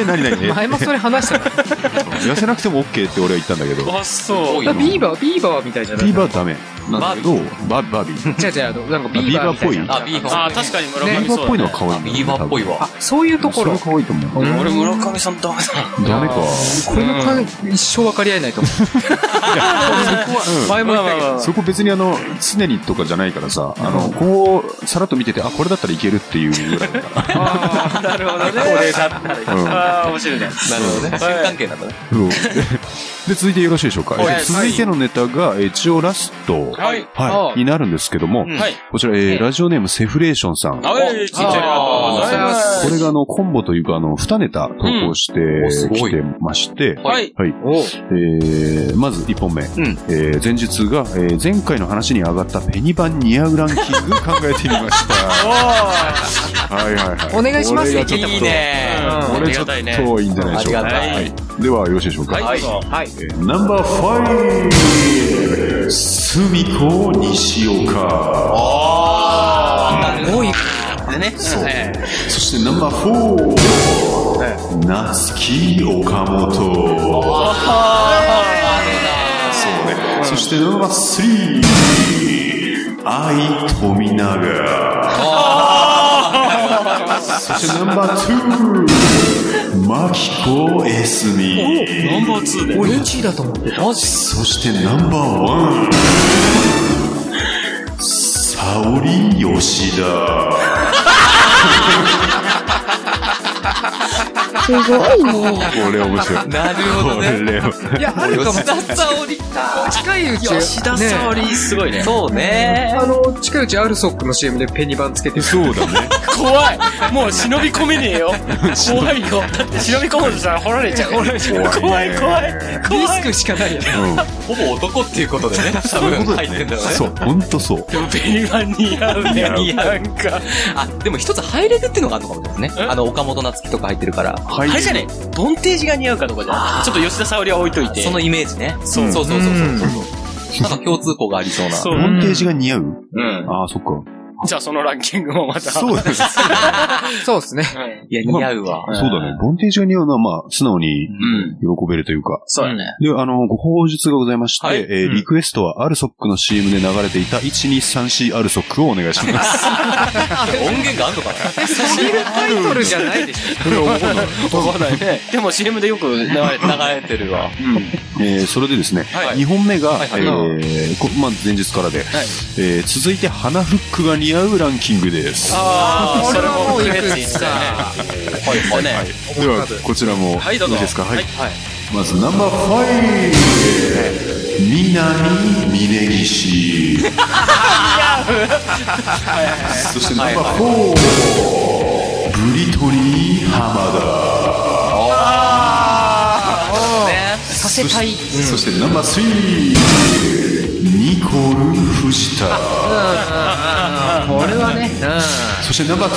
え (laughs) 何何え前もそれ話したから。痩せなくても OK って俺は言ったんだけど。あ、そう。だからビーバー、ビーバーみたいじゃないビーバーダメ。なんだけど、ババービー。違う違うあの、なんかあビーバーみたいな。あビーバーっぽいあ、確かに村上ビそう、ーバーね。っぽいのは可愛いんだよねビーバーっぽい。わ。あ、そういうと多分こそれろは。可愛いと思う。うん俺村上さんダメだ。ダメか。これの感じ一生分かり合えないと思う。前も言ったけど。そこ別にあの、常にとかじゃないからさ、あの、こう、さらっと見てて、あ、これだったらいけるっていうぐらいだかああ、なるほどね。これだったらいい。うんああ、面白いね。なるほどね。はい新関係なんだね。ら。 (laughs) うんで、続いてよろしいでしょうか。はいえ続いてのネタが、え一応ラスト、はいはいになるんですけども、うんはい。こちら、えーラジオネームセフレーションさん。あ、えー、ちっちゃい。あがとうございます。これがあの、コンボというか、あの、二ネタ投稿しておすごいきてまして、はい。はい。えー、まず1本目。んえー前述が、えー前回の話に上がったペニバンニアウランキング考えてみました。はいはいはい。お願いしますねこれがちょっといいね。あこりれちょがったいね。といいんじゃないでしょうか。ありがたいはい。では、よろしいでしょうか。はい。どうぞえーナンバーファイブ、すみこ西岡。多い。ね。そう。そしてナンバーフォー、夏木岡本。そうね。そしてナンバースリー、愛富永。そしてナンバーツー、マキコエスミ。ナンバー2で。俺1位だと思ってた。マジそしてナンバーワン、沙織吉田。すごいね。これ面白い。なるほどね。れいや、あるかも。吉田沙織か。近いうち、吉田沙織、すごいね。そう (laughs) ね。あの、近いうちアルソックの CM でペニバンつけてる。そうだね。怖い。もう忍び込めねえよ。怖いよ。だって忍び込もうとしたら掘られちゃう。怖い怖い。怖い。 (laughs) リスクしかないよね。ほぼ男っていうことで (laughs) ね。多分入ってんだろうね。そう、ほんとそう。でもペニガン似合うね。なんか。あ、でも一つハイレグっていうのがあるのかもしれないですね。あの、岡本夏樹とか入ってるから。あはれじゃね、ボンテージが似合うかどうかじゃないちょっと吉田沙織は置いと (laughs) いて。そのイメージね。そうそうそうそうそう。なんか共通項がありそうな。そうボンテージが似合ううん。ああ、そっか。じゃあそのランキングもまた。そう (laughs) だね。そうそうですね。ういや、似合うわ。だね。ボンテージが似合うのは、まあ、素直にん。うん。喜べるというか。そうだね。で、あの、ご報術がございまして、はいえーリクエストはアルソックの CM で流れていた1234アルソックをお願いします。音源があんのかなそういうタイトルじゃないでしこれ思うな。わかんないね。 (laughs) でも CM でよく流れて流れて (laughs) るわ。えーそれでですね、はい2本目が、はいはいえーこまあ、前日からで、えー続いて花フックが似合うランキングです。あこれはもういくねつかはいはいね。では、こちらも、はい、どうぞ。いいですか。はい。はい。まず、ナンバーファイブ、南峯 (laughs) 岸。そして、ナンバーフォー、ブリトニー浜させたい。田。そして、ナンバースリー、ニコル藤田。ょ。これはね。そしてナンバー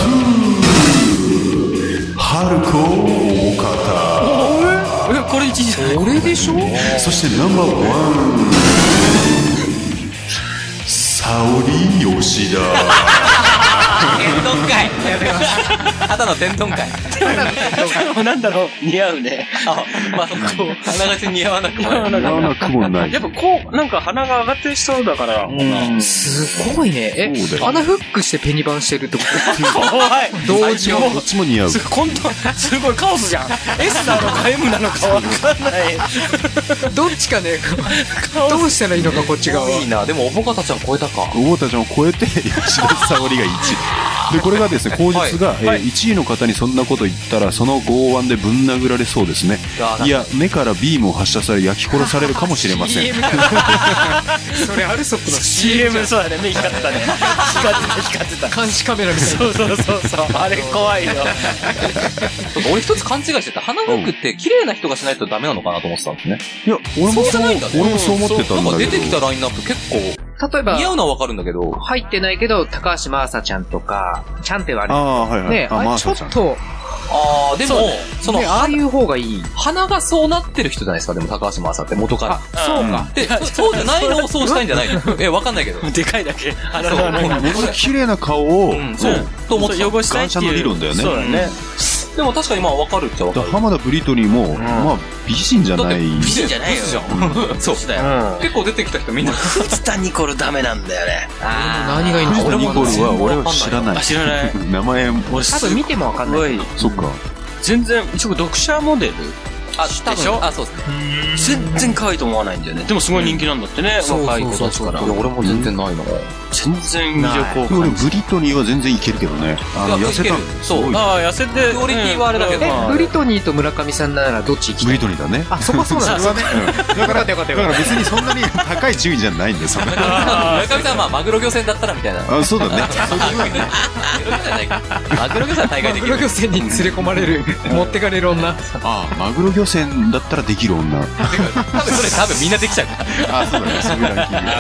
2、ハルコ岡え、これ一時これでしょ田。そしてナンバーワン、沙織吉田。天丼会ただの天丼会なんだろう似合うね。あ、まあ、そこ、鼻がち似合わなくもない。ななくもないやっぱこう、なんか鼻が上がってる人だから。怖すごいね。そうだよえ、穴フックしてペニバンしてるってこい。 (laughs) どっちもどっちも似合う。すごい、コント、すごいカオスじゃん。S なのか M なのかわかんない。とどっちかね、どうしたらいいのか、こっち側は。いいな。でも、おぼかたちゃん超えたか。大田ちゃんを超えて、吉田沙織が1位。で、これがですね、口述が、え1位の方にそんなこと言ったら、その剛腕でぶん殴られそうですね。いや、目からビームを発射され、焼き殺されるかもしれません。それアルソックの CM そうだね、目光ってたね。光ってた、光ってた。監視カメラみたいそうそうそうそう。あれ怖いよ。そうか俺一つ勘違いしてた。鼻フックって綺麗な人がしないとダメなのかなと思ってたんですね。いや、俺もそうじそゃう、ないんだね。俺もそう思ってたんだけど。なんか出てきたラインナップ結構、な。例えば似、合うのはわかるんだけど、入ってないけど、高橋真麻ちゃんとか、ちゃんってはああれ。あ、はいはい。ねあ、あまあれちょっそうじと、あー、でも、そのね、ああいう方がいい。鼻がそうなってる人じゃないですか、でも高橋真麻って元から。そうか。で、そそうじゃないのをそうしたいんじゃないのえ、わかんないけど。 (laughs) でかいだけ。鼻そうの穴が。ゃんものすごい綺麗な顔を、うん、そう。と思ってた。汚したいってい感謝う。の理論だよねそうだね。でも確かにまあわかるっちゃわかだる。浜田ブリトニーも、まあ、美人じゃだっなてい。美人じゃないよ。そう。だよ。結構出てきた人みんな。藤田ニコルダメなんだよね。何がいいの藤か田俺ニもコルは俺は知らないあ、。知らない。名前も、俺多分見てもわかんない。ごい。そっか。全然、一応読者モデルあ、でしょあ、そうです。全然可愛いと思わないんだよね。でもすごい人気なんだってね、若い子たちから。いや、俺も全然ないな。全然魅力をでも感俺じブリトニーは全然いけるけどね。あの、いや痩せたいける。すごいそうああ、痩せて。クオリティはあれだけどうんまあブリトニーと村上さんならどっち行きブたリいトニーだね。あ、そこはそうなんですね。よかったよかっただよかかっら別にそんなに高い順位じゃないんですよ。村上さんはまあマグロ漁船だったらみたいな。あ、そうだね。マグロ漁船は大た。概マでグきロる。漁船に連れ込まれる、持ってかれる女。ああ、マグロ漁船だったらできる女。多分それ多分みんなできちゃうから。あ、そうだね。そういうランキングだ。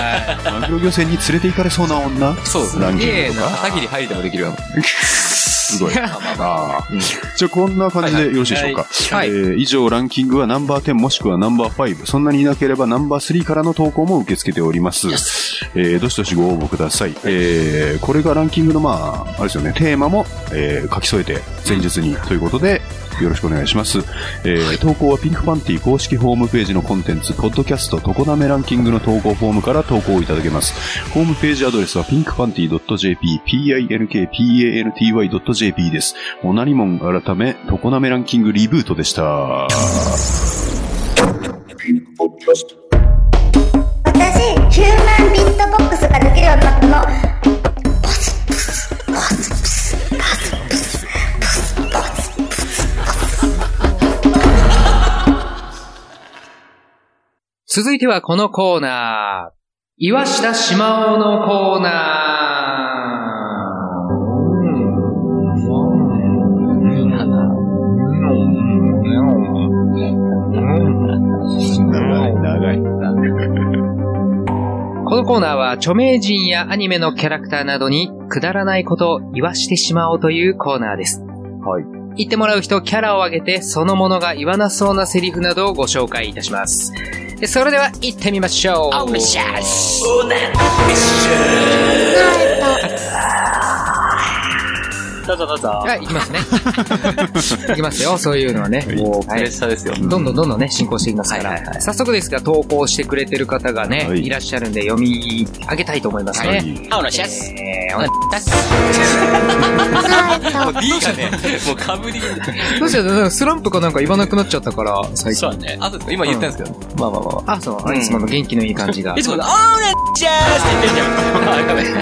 マグロ漁船に連れて行かれそうな女そうランキンえグえとか。な。限り入りでもできるよ。すごい。あーじゃあこんな感じでよろしいでしょうか。はいえー以上ランキングはナンバー10もしくはナンバー5。そんなにいなければナンバー3からの投稿も受け付けております。えーどしどしご応募ください。えーこれがランキングのまあ、あれですよね、テーマも、えー書き添えて前日にということで、よろしくお願いします。えー投稿はピンクパンティ公式ホームページのコンテンツ、ポッドキャスト、トコナメランキングの投稿フォームから投稿いただけます。ホームページアドレスは pinkpanty.jp、pinkpanty.jp です。モナリモン改め、トコナメランキングリブートでした。私ヒューマンビットボックスができるようになったの続いてはこのコーナー。岩下島尾のコーナ長い、長い。ー。このコーナーは著名人やアニメのキャラクターなどにくだらないことを言わしてしまおうというコーナーです。はい。言ってもらう人、キャラを挙げて、そのものが言わなそうなセリフなどをご紹介いたします。でそれでは行ってみましょう。おしゃただただ。はい、行きますね。 (laughs) 行きますよ、そういうのはね。もうプレッシャーですよ。どんどんどんどんね、進行していきますから。早速ですが、投稿してくれてる方がね、はいい、らっしゃるんで読み上げたいと思いますね。はいあ、おらしえゃす。ーお願いもう D がね、もうかぶり。どうしようなんかスランプかなんか言わなくなっちゃったから、最近。そうだね。あと今言ったんですけど。まあまあまあまあ、そう、あいつもの元気のいい感じが (laughs) い。つもだ、あーらしゃすって言ってんじ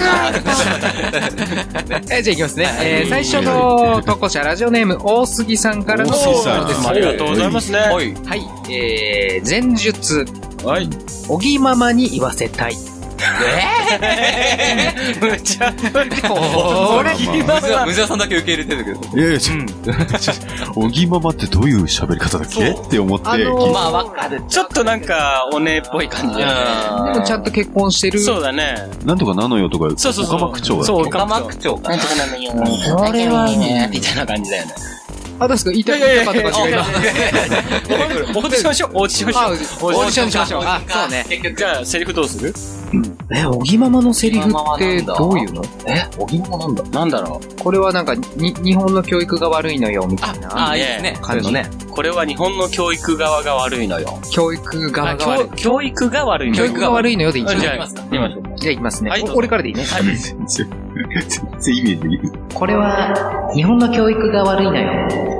ゃん。えーじゃあいきますね。えー最初の投稿者、ラジオネーム、大杉さんからの大杉さん投稿ですありがとうございますね。あ。おい。はい、えー、前述、はい。おぎママに言わせたい。 (laughs) むちゃ。これ、まあむずわむずわさんだけ受け入れてるけど。いやいや、ちょ、ちょおぎままってどういう喋り方だっけって思って聞いて、あわかる。 (laughs) ちょっとなんか、おねっぽい感じだよねでもちゃんと結婚してる。そうだね。なんとかなのよとか、そうそうそう。岡間区長だっけそう、岡岡間間区区長か。とかなのよ。これはね、みたいな感じだよね。あ、どうですか言いたい言いたかったか違います。オーディションしよう、オーディションしよあう。オーディションしましょう。あ、そうね。結局。じゃあ、セリフどうするえ、おぎままのセリ小フっ木ママてなんだどういうのおぎままなんだ。なんだろう。これはなんか、に、日本の教育が悪いのよ、みたいな。ああ、いいですね。感じそういうのね。これは日本の教育側が悪いのよ。教育側あが悪い教。教育が悪いの教よ。育が悪いのよでいいんじゃなあいじゃあ、今、じゃあいきますねはい。お俺からでいいね。全然、全然イメージできる。これは、日本の教育が悪いのよ。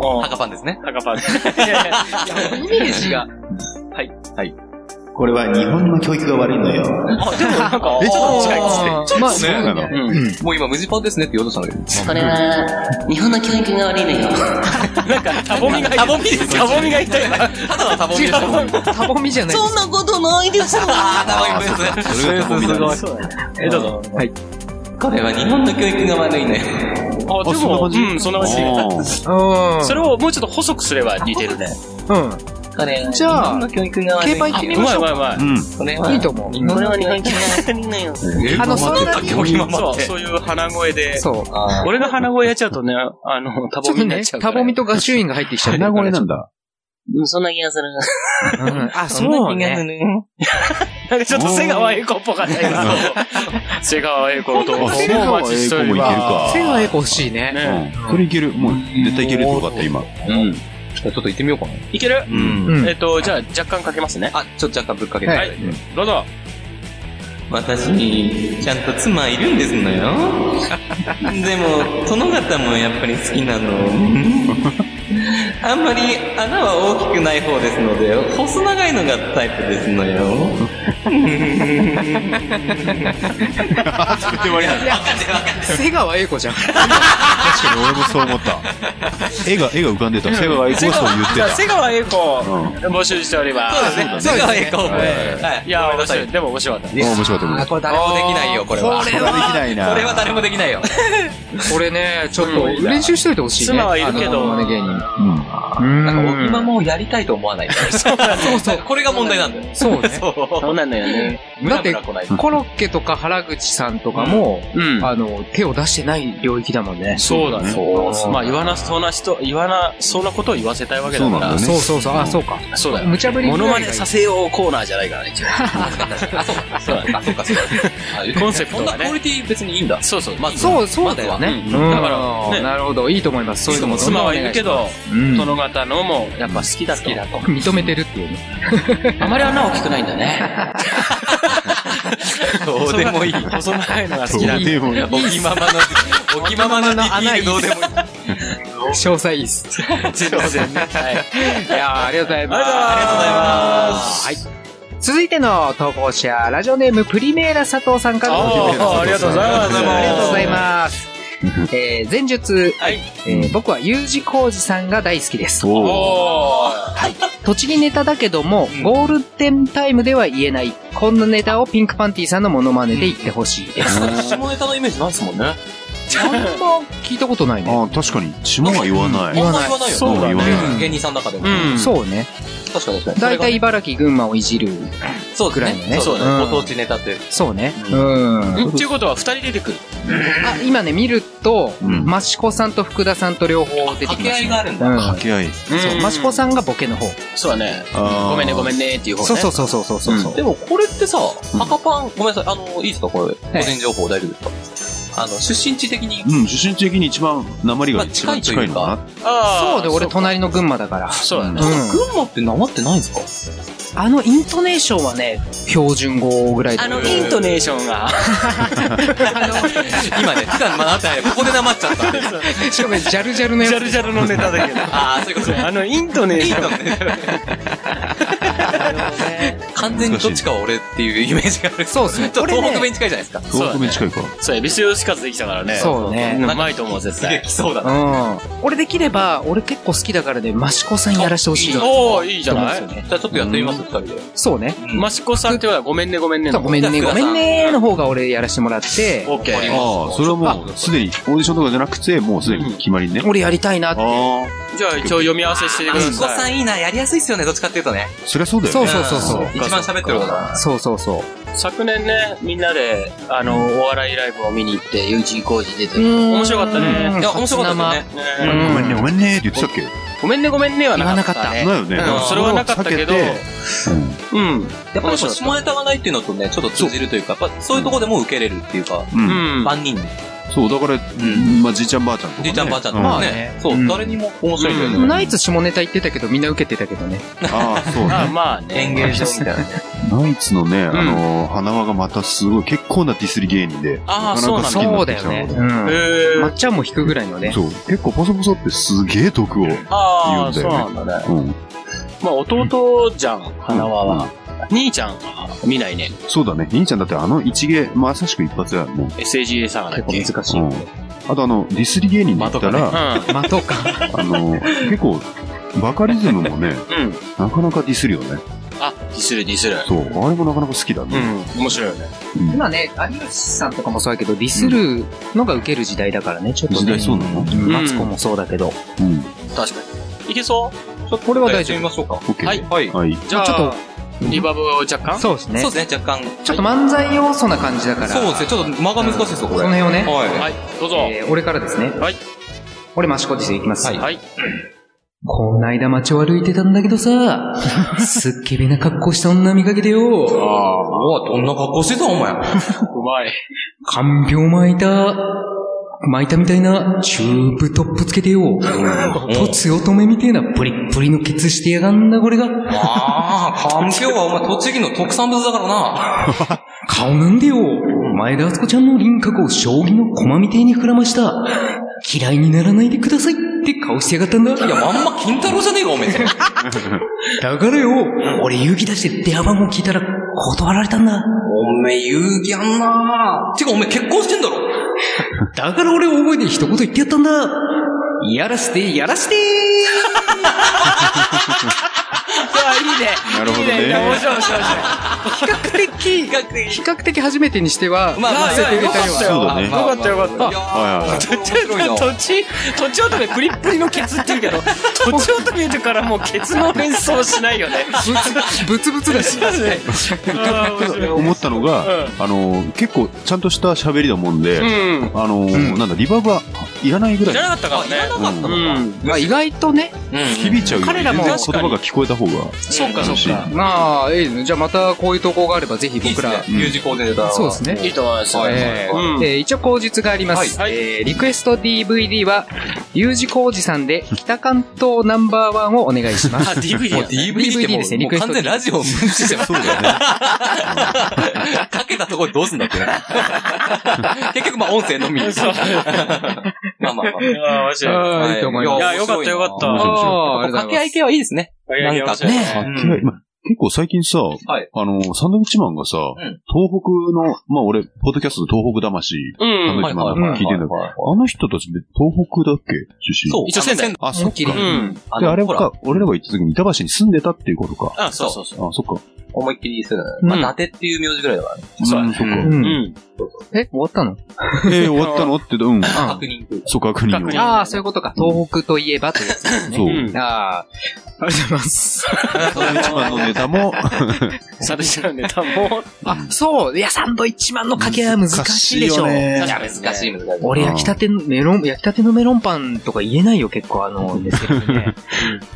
お赤パンですね。赤パン。いやいやイメージが。これは日本の教育が悪いのよ。あ、でもなんか、えちょっと近いですあーね。まあ、そうそうなのね。うん。もう今、無地パンですねって言おうとしたんだけど。これは、日本の教育が悪いのよ。なんか、タボミが、タボミタボミがいたよ。ただのタボミです。タボミじゃない。そんなことないですわ。あ、タボミです。それが本みだね。え、どうぞ。これは日本の教育が悪いね。あ、でそんなも、う感じん、そんな感じ。あうん。それをもうちょっと細くすれば似てるね。うん。これは、じゃあ日本の教育が悪い競馬行ってみましょううまいうまー。いううんこれは、いいと思う。これは日本教育が悪いのよ。あの、そんなに、まい。そう、そういう鼻声で。そう。俺が鼻声やっちゃうとね、あの、タちょボっミとになっねちゃ、うから。タボミとガシュインが入ってきちゃう。鼻声なんだ。うんそんな気がする。うんあ、そうね。ね。なんかちょっと瀬川栄子っぽかった今。瀬川栄子のとあ、セもう川お待ち栄してお子りもいけるまか。背がエコ欲しいね。す。ねうん。それいける。もう、絶対いけるって分かった、今。うん。ちょっと行ってみようかな。いけるうん。うんえっと、じゃあ若干かけますね。あ、ちょっと若干ぶっかけて。はいどうぞ。私に、ちゃんと妻いるんですのよ。でも、殿方もやっぱり好きなの。あんまり穴は大きくない方ですので、細長いのがタイプですのよ。終わりなんだ。瀬川栄子じゃん。確かに俺もそう思った。絵が、絵が浮かんでた。瀬川愛子がそう言ってじゃあ瀬川栄子、募集しております。そうですね。瀬川栄子。はい。いや、面白いい。でも面白かった。た。面白かったあ、これ誰もできないよ、これは。ここれはできないな。れは誰もできないよ。これね、ちょっと練習しといてほしいね。妻はいるけどあのモノマネ芸人。なんか今もうやりたいと思わない。そうそうそう。これが問題なんだよ。そうね。そう。そうなんだよね。だってムラムラ来ない、コロッケとか原口さんとかも、うん。あの、手を出してない領域だもんね。そうだね。そうまあ、言わなそうな人、言わなそうなことを言わせたいわけだそかうなんだよ。らねそうそうそう。あ、そうか。そうだよ。無茶ぶりぐモらいがノいマいネさせようコーナーじゃないからね、一応。 (laughs) コンセプトこんながクオリね。ティ別にいいんだ。そうそう。まあ、そう、そうだよね。まずはうんだかうんらねなるほど。いいと思います。そういうのもどんど妻んおは願しまいるすけど、うん殿方のも、やっぱ好きだ好きだと。認めてるっていうね。あまり穴大きくないんだね。 (laughs) どうでもいい。細 (laughs) 長いのが好そうきなんだ。でも、おきままの、おきままの DP でどうでもいい。詳細いいっす。全然ね。はい。いやーありがとうございます。ありがとうございます。はい。続いての投稿者、ラジオネームプリメーラ佐藤さんからの投稿ありがとうございます。ありがとうございます。えー前述、えー僕は U 字工事さんが大好きです。おー栃木ネタだけども、ゴールデンタイムでは言えない、こんなネタをピンクパンティさんのモノマネで言ってほしいです。下ネタのイメージないですもんね。あんま聞いたことないね。ああ、確かに、島は言わなあい。んま言わないよね。そうだね芸人さんの中でも。うん。そうね。確かに確かに。だいたい茨城、群馬をいじる。そうくらいのねそうだうんね。ご当地ネタって。そうね。うん。っていうことは、二人出てくる。あ、今ね、見ると、うん益子さんと福田さんと両方出て掛きけま合すいがね。あるんだ。うん。掛け合い。そう、益子さんがボケの方。そうだね。ごごめんね、ごん。めんね、っていう方ね。そうそうそうそうそうそう。でもこれってさ、赤パン、ごめんなさい、あの、いいですかこれ、個人情報大丈夫ですかあの、出身地的に、うん、出身地的に一番、鉛が一番近いのかな。あーそうで、俺、隣の群馬だから。そうだね。うん。群馬ってなまってないんですかあの、イントネーションはね、標準語ぐらいだあの、イントネーショ (laughs) ンが。今ね、普段なってないここでなまっちゃったんで。しかもね、ジャルジャルのやジつャ。ルジャルのネタだけど。 (laughs) ああ、そういうことね。あの、イントネーション。完全にどっちかは俺っていうイメージがある。そうっす (laughs) ねちょっとこれ東ね北弁近いじゃないですか。東北面近いか。そう、エビスヨシカツできたからね。 (laughs) そうねんうまいと思う、絶すげえ対。来そうだうな。ん。俺できれば、俺結構好きだからね、益子さんやらしてほしい。おおいいじゃないそうねじゃあちょっとやってみます、二人で。そうね。マシコさんっては、ごめんね、ごめんね。ごめんね、じゃごあめんねの方が俺やらしてもらって、オッケー。ああ、それはもう、すでに、オーディションとかじゃなくて、もうすでに決まりね。俺やりたいなっあて。あ、じゃあ、一応読み合わせしてくだ益子ささい。んいいな、やりやすいっすよね、どっちかっていうとね。そりゃそうだよそうね。そうそうそう。一番喋ってるから。そうそうそ昨年ね、みんなで、あの、お笑いライブを見に行って、U 字工事出てう。る。面白かったね。いや、面白かったよね。ごねめんね、ごめんね、って言ってたっけごめんね、ごめんねはなかったね。言わなかっただよねうんそれはなかったけど、ううん。やっぱり下ネタがないっていうのとね、ちょっと通じるというか、やっぱそういうところでも受けれるっていうか、うん。うん。うん。万人で。そう、だから、まあ、じいちゃんばあちゃんとかね。じいちゃんばあちゃんとうかんねう。んそうんう、誰にも面白いんだよね。ナイツ下ネタ言ってたけど、みんな受けてたけどね。ああ、そうあ、ね。まあね。演芸場みたいな。ナイツのね、あの、花輪がまたすごい、結構なディスり芸人で。なああ、かそなうかな好きんにだ。な (laughs) そっうてきだよたね。の。うん。へまーっちゃんも引くぐらいのね。そう。結構、ポソポソってすげえ毒を言うんああ、だそうよなんね。だね。うん。まあ、弟じゃん、花輪は。兄ちゃんは見ないね。そうだね。兄ちゃんだってあの一芸、まさしく一発だよね。 SAGA さんがだっけ。結構難しい。うん。あとあの、ディスり芸人で言ったら、 (laughs) まあ、とか。あの、結構、バカリズムもね、うん。うん。なかなかディスるよね。あ、ディスるディスる。そう。あれもなかなか好きだうね。ん。面白いよね。今ね、有吉さんとかもそうやけど、ディスるのが受ける時代だからね、ちょっとね。時代そうなのんんマツコもそうだけど。うん。確かに。いけそうこれは大丈やってみましょうか。 OK。はいはい。はい。じゃあ、ちちょっょっと、リバーブを若干夫。そうですねそう。ですね、若干。ちょっと漫才要素な感じだから。そうですね、ちょっと間が難しいですよ、これ。この辺をねははい、どうぞ。えー俺からですね。はい。俺、マシコです。いきます。はいはい。こないだ街を歩いてたんだけど (laughs) さ、すっげべな格好した女見かけてよ。ああ、うわどんな格好してたお前。うまい。看病巻いた、巻いたみたいなチューブトップつけてよ。とつ乙女みてえなプリップリのケツしてやがんな、これが。ああ、環境はお前、栃木の特産物だからな。顔なんでよ。前田敦子ちゃんの輪郭を将棋の駒みてえに膨らました。嫌いにならないでくださいって顔してやがったんだ。いや、まんま金太郎じゃねえか、おめえそれ。 (laughs) だからよ、俺勇気出して電話番号聞いたら断られたんだ。おめえ勇気あんなてか、おめえ結婚してんだろだから俺大声で一言言ってやったんだ。やらして、やらしてなるほどね。比較的、比較的初めてにしては、まあまあ、せてくれたよ。そうだねまあまあまあよかったよかいやはいはいはいー面白いな。土地、土地乙女プリップリのケツって言うけど、土地乙女ってからもうケツの連想しないよね。ぶつぶつだし。あー面白い思ったのが、あのー結構ちゃんとした喋りだもんで、うん。あのーなんだリバーブはいらないぐらいじゃなかったからいらねな。かったのか。うん。まあ意外とね、響いちゃうよ、ね、彼らも全然言葉が聞こえた方がそうか、そうか。まあ、ええねじゃあまたこういう投稿があればぜひいいっす僕ねら。。有事コーディネーター。そうですね。いいと思います。ええうんええ一応口実があります。はいええリクエスト DVD は、U 字工事さんで北関東ナンバーワンをお願いしまあ、す。 DVD DVD っや。ても DVD ですうねもうリクエスト完全にラジオを無視してます。そうだよねかけたところどうすんだ (laughs) ってね。結局まあ音声のみ。そうまあまあまあ。ああ、 (laughs) 面白い。ああ、いいと思います。いや、よかったよかっ面白いた。ああ、ありが掛とうごけざ合いい系はいいですね。なんかねあ嫌いまあ結構最近さ、いあのーサンドウィッチマンがさ、ん東北の、まあ俺、ポッドキャストで東北魂、うサンドウィん。ッチマンはいがはい聞いてんだけど、あの人たち別東北だっけ出身。そう。一応仙台あ、そっっきりうか。ん。あで、のあれほらか、俺らが行った時に板橋に住んでたっていうことか。あ、そうそうそあ、そっか。思いっきりする。んまあ、伊達っていう名字ぐらいだからね。う。そうやんね。そっか。ます。ううんん。え、終わったのえー、終わったのって、うん。確認というか。そう、確認を。ああ、そういうことか。東北といえばというやつですそう。うんね。ああ、ありがとうございます。サンドウィッチマンのネタも、サブちゃんネタも。あ、そう。いや、サンドイッチマンの掛け合いは難しいでし難しいよょ。ねいや、難しい、難しい。俺、焼きたてのメロン、焼きたてのメロンパンとか言えないよ、結構、あの、ですけどね。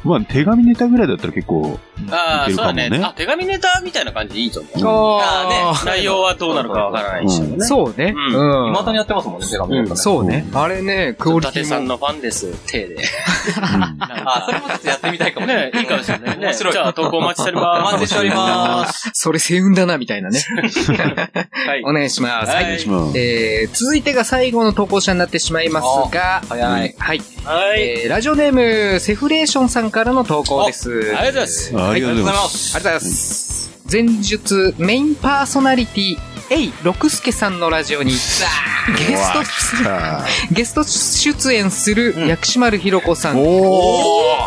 まあ、手紙ネタぐらいだったら結構、ああ、そうだいけるかもね。ねあ、手紙ネタみたいな感じでいいと思う。あ内容はどうなるかわからないし。うんあ、そうね。ううん。未だにやってますもんね、手紙とかね。そうね。あれね、クオ伊リテ達ィさんも。のファンです、手うで。んあ、それもちょっとやってみたいかもねいいかもしれないね。面白い。じゃあ、投稿お待ちしておりおます。待ちしております。それ星雲だな、みたいなね。はいお。願いします。ははいい。しまえー、続いてが最後の投稿者になってしまいますが、早い。はい。はい。えー、ラジオネーム、セフレーションさんからの投稿です。ありありがとうございます。す。ありがとうございます。ありがとうございます。前述、メインパーソナリティ、エイ・六輔さんのラジオに、ゲスト出演、ゲスト出演する薬師丸ひろ子さん。お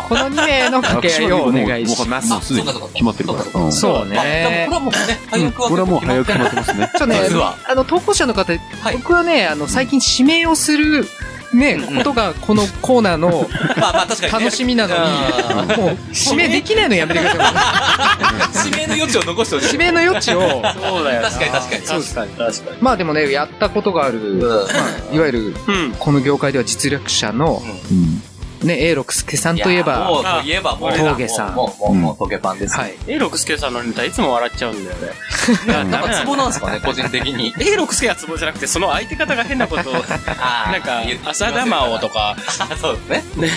ーこの2名の掛け合いをお願いします。もうすでに決まってるから。うんそうまあでねも。これはもうね、早くこれはもう早く決まってますね。ちょっとね実は、あの、投稿者の方、い僕はね、あの、最近指名をする、ね、ことが、このコーナーのまあまあ確かにね。楽しみなのあに、もう、指名できないのやめてくださ指名の余地を残しておいい。て。指名の余地を、そうだよな。確かに確かにそうです確かに。確かに。まあでもね、やったことがある、まあ、いわゆる、うん。この業界では実力者の、ね、永六輔さんといえやもば、う、といえばもう。峠さんもう、もう、もう、トゲパンです。はい。 A 六助さんのネタいつも笑っちゃうんだよね。なんかツボなんですかね、個人的に。 A 六助はツボじゃなくて、その相手方が変なことを、あなんか、浅田真央とか。か、そうですね。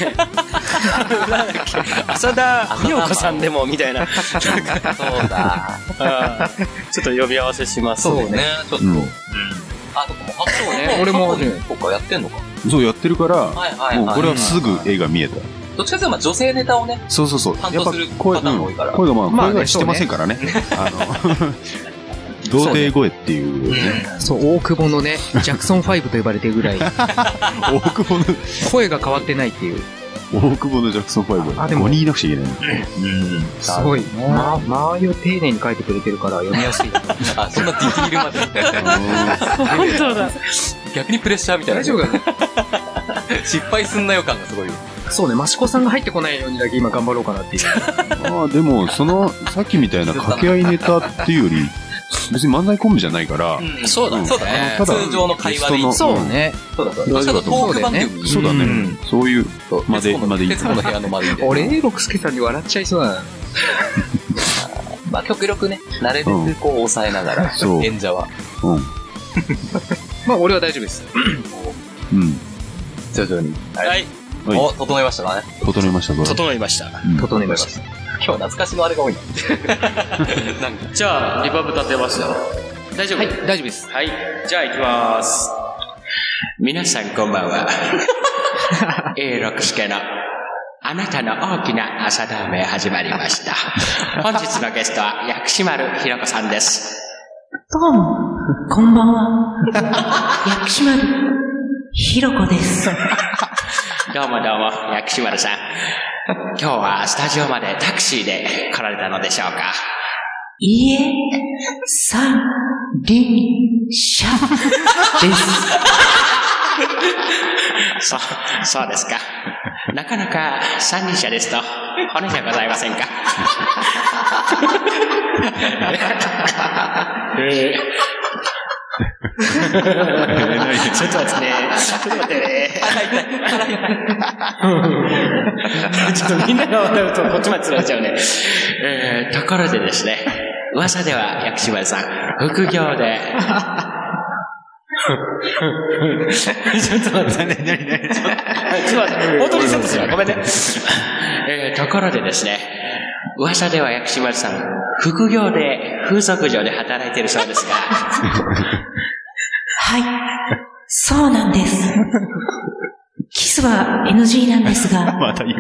浅田美代子さんでもみたいな、そうだ。あーちょっと呼び合わせしますそうね、ちょっと。うんあ、とかも、あ、そうねね。俺もね。とかやってんのか。そうやってるから、はいはいはい。もうこれはすぐ絵が見えた。どっちかというとまあ女性ネタをね、そうそうそう。担や当っぱする声、パターンが多いからうん声がまあ、まあね声がしてませんからね。あの、童貞声っていうね、そう、大久保のね、ジャクソン5と呼ばれてるぐらい、大久保の、声が変わってないっていう、大久保のジャクソン5。あで5も人いなくちゃいけない。すごい、ま、間合いを丁寧に書いてくれてるから読みやすい。あ、そんなディティールまで。本当だ。逆にプレッシャーみたいな。大丈夫か (laughs) な失敗すんな予感がすごいよ。そうね、益子さんが入ってこないようにだけ今頑張ろうかなっていう。まあでも、その、さっきみたいな掛け合いネタっていうより、別に漫才コンビじゃないから、そうだそうだね。ただ通常の会話でいい。ゲストの (laughs) そうね。そうだそうだ。しかもトーク番組。そうだね、うんそういう、まで、徹子のまでいい徹子の部屋のまでいいんだよ。俺、永六輔さんに笑っちゃいそうだな。まあ極力ね、なるべくこう抑えながら、そう演者は。うん。まあ、俺は大丈夫です。うん。徐々に。はい。はいお、整いましたかね。整いました、ぞ整いました。整いました。今日懐かしのあれが多いな。なんか、じゃあ、リバーブ立てますよ。大丈夫はい、大丈夫です。はい。じゃあ、行きます。皆さん、こんばんは。えー、六助の、あなたの大きな朝ラーメン始まりました。本日のゲストは、薬師丸ひろこさんです。どうも、こんばんは。薬師丸、ひろこ (laughs) です。どうもどうも、薬師丸さん。今日はスタジオまでタクシーで来られたのでしょうかいいえ、三輪車です。そ、そうですか。なかなか三人者ですと、骨じゃございませんか。えー (laughs) ちょっと待ってね。ちょっと待ってね。ちょっとみんなが笑うとこっちまでつられちゃうね。えーところでですね、噂では薬師丸さん、副業で、 (laughs) ちょっと待って、何、何、何、ちょっと待って、本当にセットするわごめんね。えー、ところでですね、噂では薬師丸さん、副業で風俗場で働いてるそうですが、はい、そうなんです。キスは NG なんですが、また言う。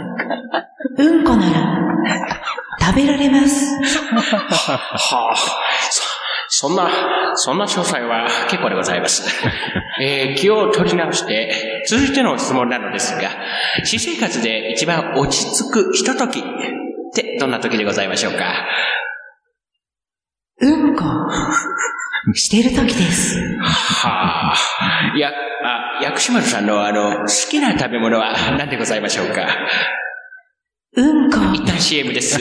うんこなら、食べられます。はあ、そ、そんな、そんな詳細は結構でございます。えー気を取り直して、続いての質問なのですが、私生活で一番落ち着くひとときってどんな時でございましょうかうんこ、してる時です。はあ、や、あ、薬師丸さんのあの、好きな食べ物は何でございましょうかうんこ、一旦 CM です。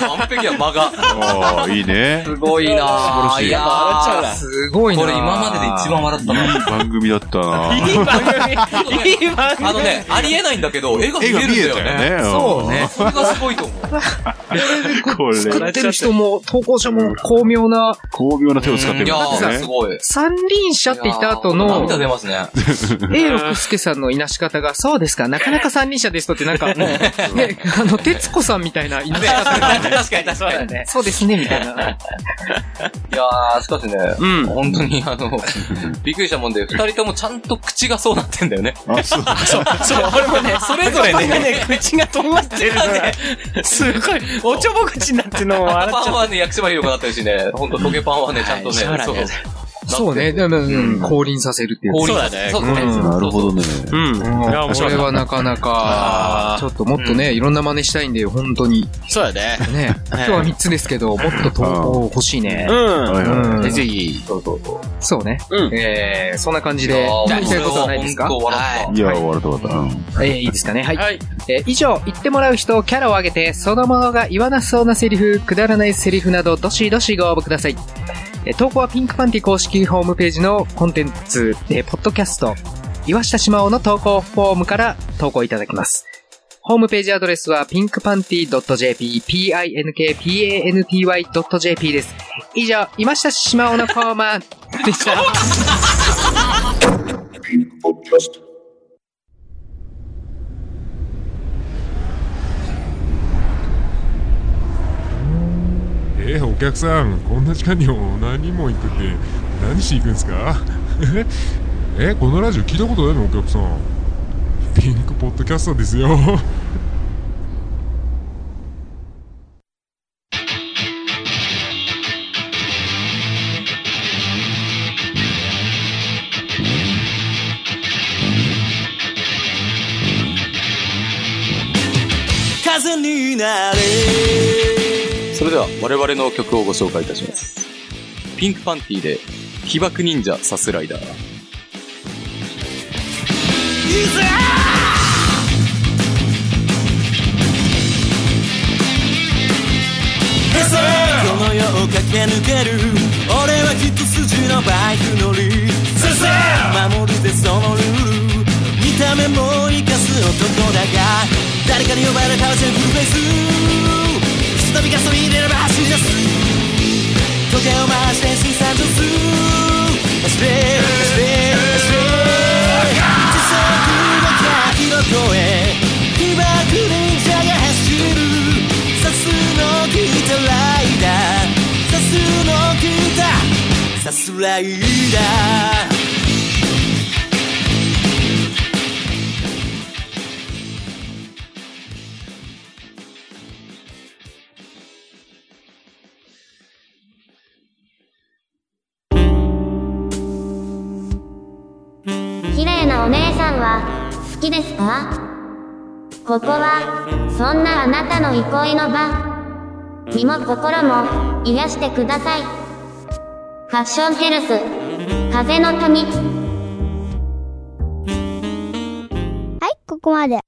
完璧や、間が。ああ、いいね。すごいなぁ。いやーすごいなこれ今までで一番笑ったな。いい番組だったな。いい番組いい番 (laughs) 組あのね、ありえないんだけど、絵が見え絵るがん見えだたよよね。ね。そうね。それがすごいと思う。うん。こ作れ、ってる人も、投稿者も巧妙な、巧妙な手を使ってるいんでやすー、ねす。ごい。三輪車って言った後いやーの、涙出ますね。 A 六助さんのいなし方が、そうですか、なかなか三輪車ですとって、なんか、 (laughs) ね、あの、徹子さんみたいないなし方確かに確かに。ね。 (laughs) そうですね、みたいな。いやー、しかしね、うん。本当にあの、びっくりしたもんで、二人ともちゃんと口がそうなってんだよね。あ、そう。そう、俺もね、それぞれね、口がとんがってるね。 (laughs) すごい、おちょぼ口になってるのもパ笑っちンゃっはね、薬師丸ひろ子だったりしね、ほんと、トゲパンはね、ちゃんとね、はいそうなんだよそうね、でも、うん降臨させるっていう。氷そうだねそうそううんなるほどね。た。うん。いや面こ白いれなはなかなかあ、ーちょっともっとね、いろんな真似したいんで、本当に。そうだ (laughs) ね。ね、今日は3つですけど、もっと投稿欲しいね。ううんん。ぜひ。そうね。うんえー、そんな感じいやで、ーじゃあ、言いたいことはないですかほんと笑っいや、終わった終わっえー、いいですかね。はい。はい。えー以上、言ってもらう人、キャラを上げて、そのものが言わなそうなセリフ、くだらないセリフなど、どしどしご応募ください。えー投稿はピンクパンティ公式ホームページのコンテンツ、えーポッドキャスト、岩下島尾の投稿フォームから投稿いただけます。ホームページアドレスは pinkpanty.jp、p-i-n-k-p-a-n-t-y.jp です。以上、今下島尾のコーマンでした。えーお客さんこんな時間に何人も行くって何しに行くんですか (laughs) えこのラジオ聞いたことないのお客さんピンクポッドキャストですよたそれでは、我々の曲をご紹介いたします。ピンクパンティで、被爆忍者サスライダー。この世を駆け抜ける俺は一筋のバイク乗り守るでそのルール見た目も生かす男だが誰かに呼ばれたら全部フェイスひとびかそび入れれば走り出す時計を回して新参上す走れ走れ走れ時速の100キロ超え被爆忍者が走るさすのギタライダーさすのギターさすライダーなお姉さんは好きですかここはそんなあなたの憩いの場身も心も癒してくださいファッションヘルス風の谷はいここまで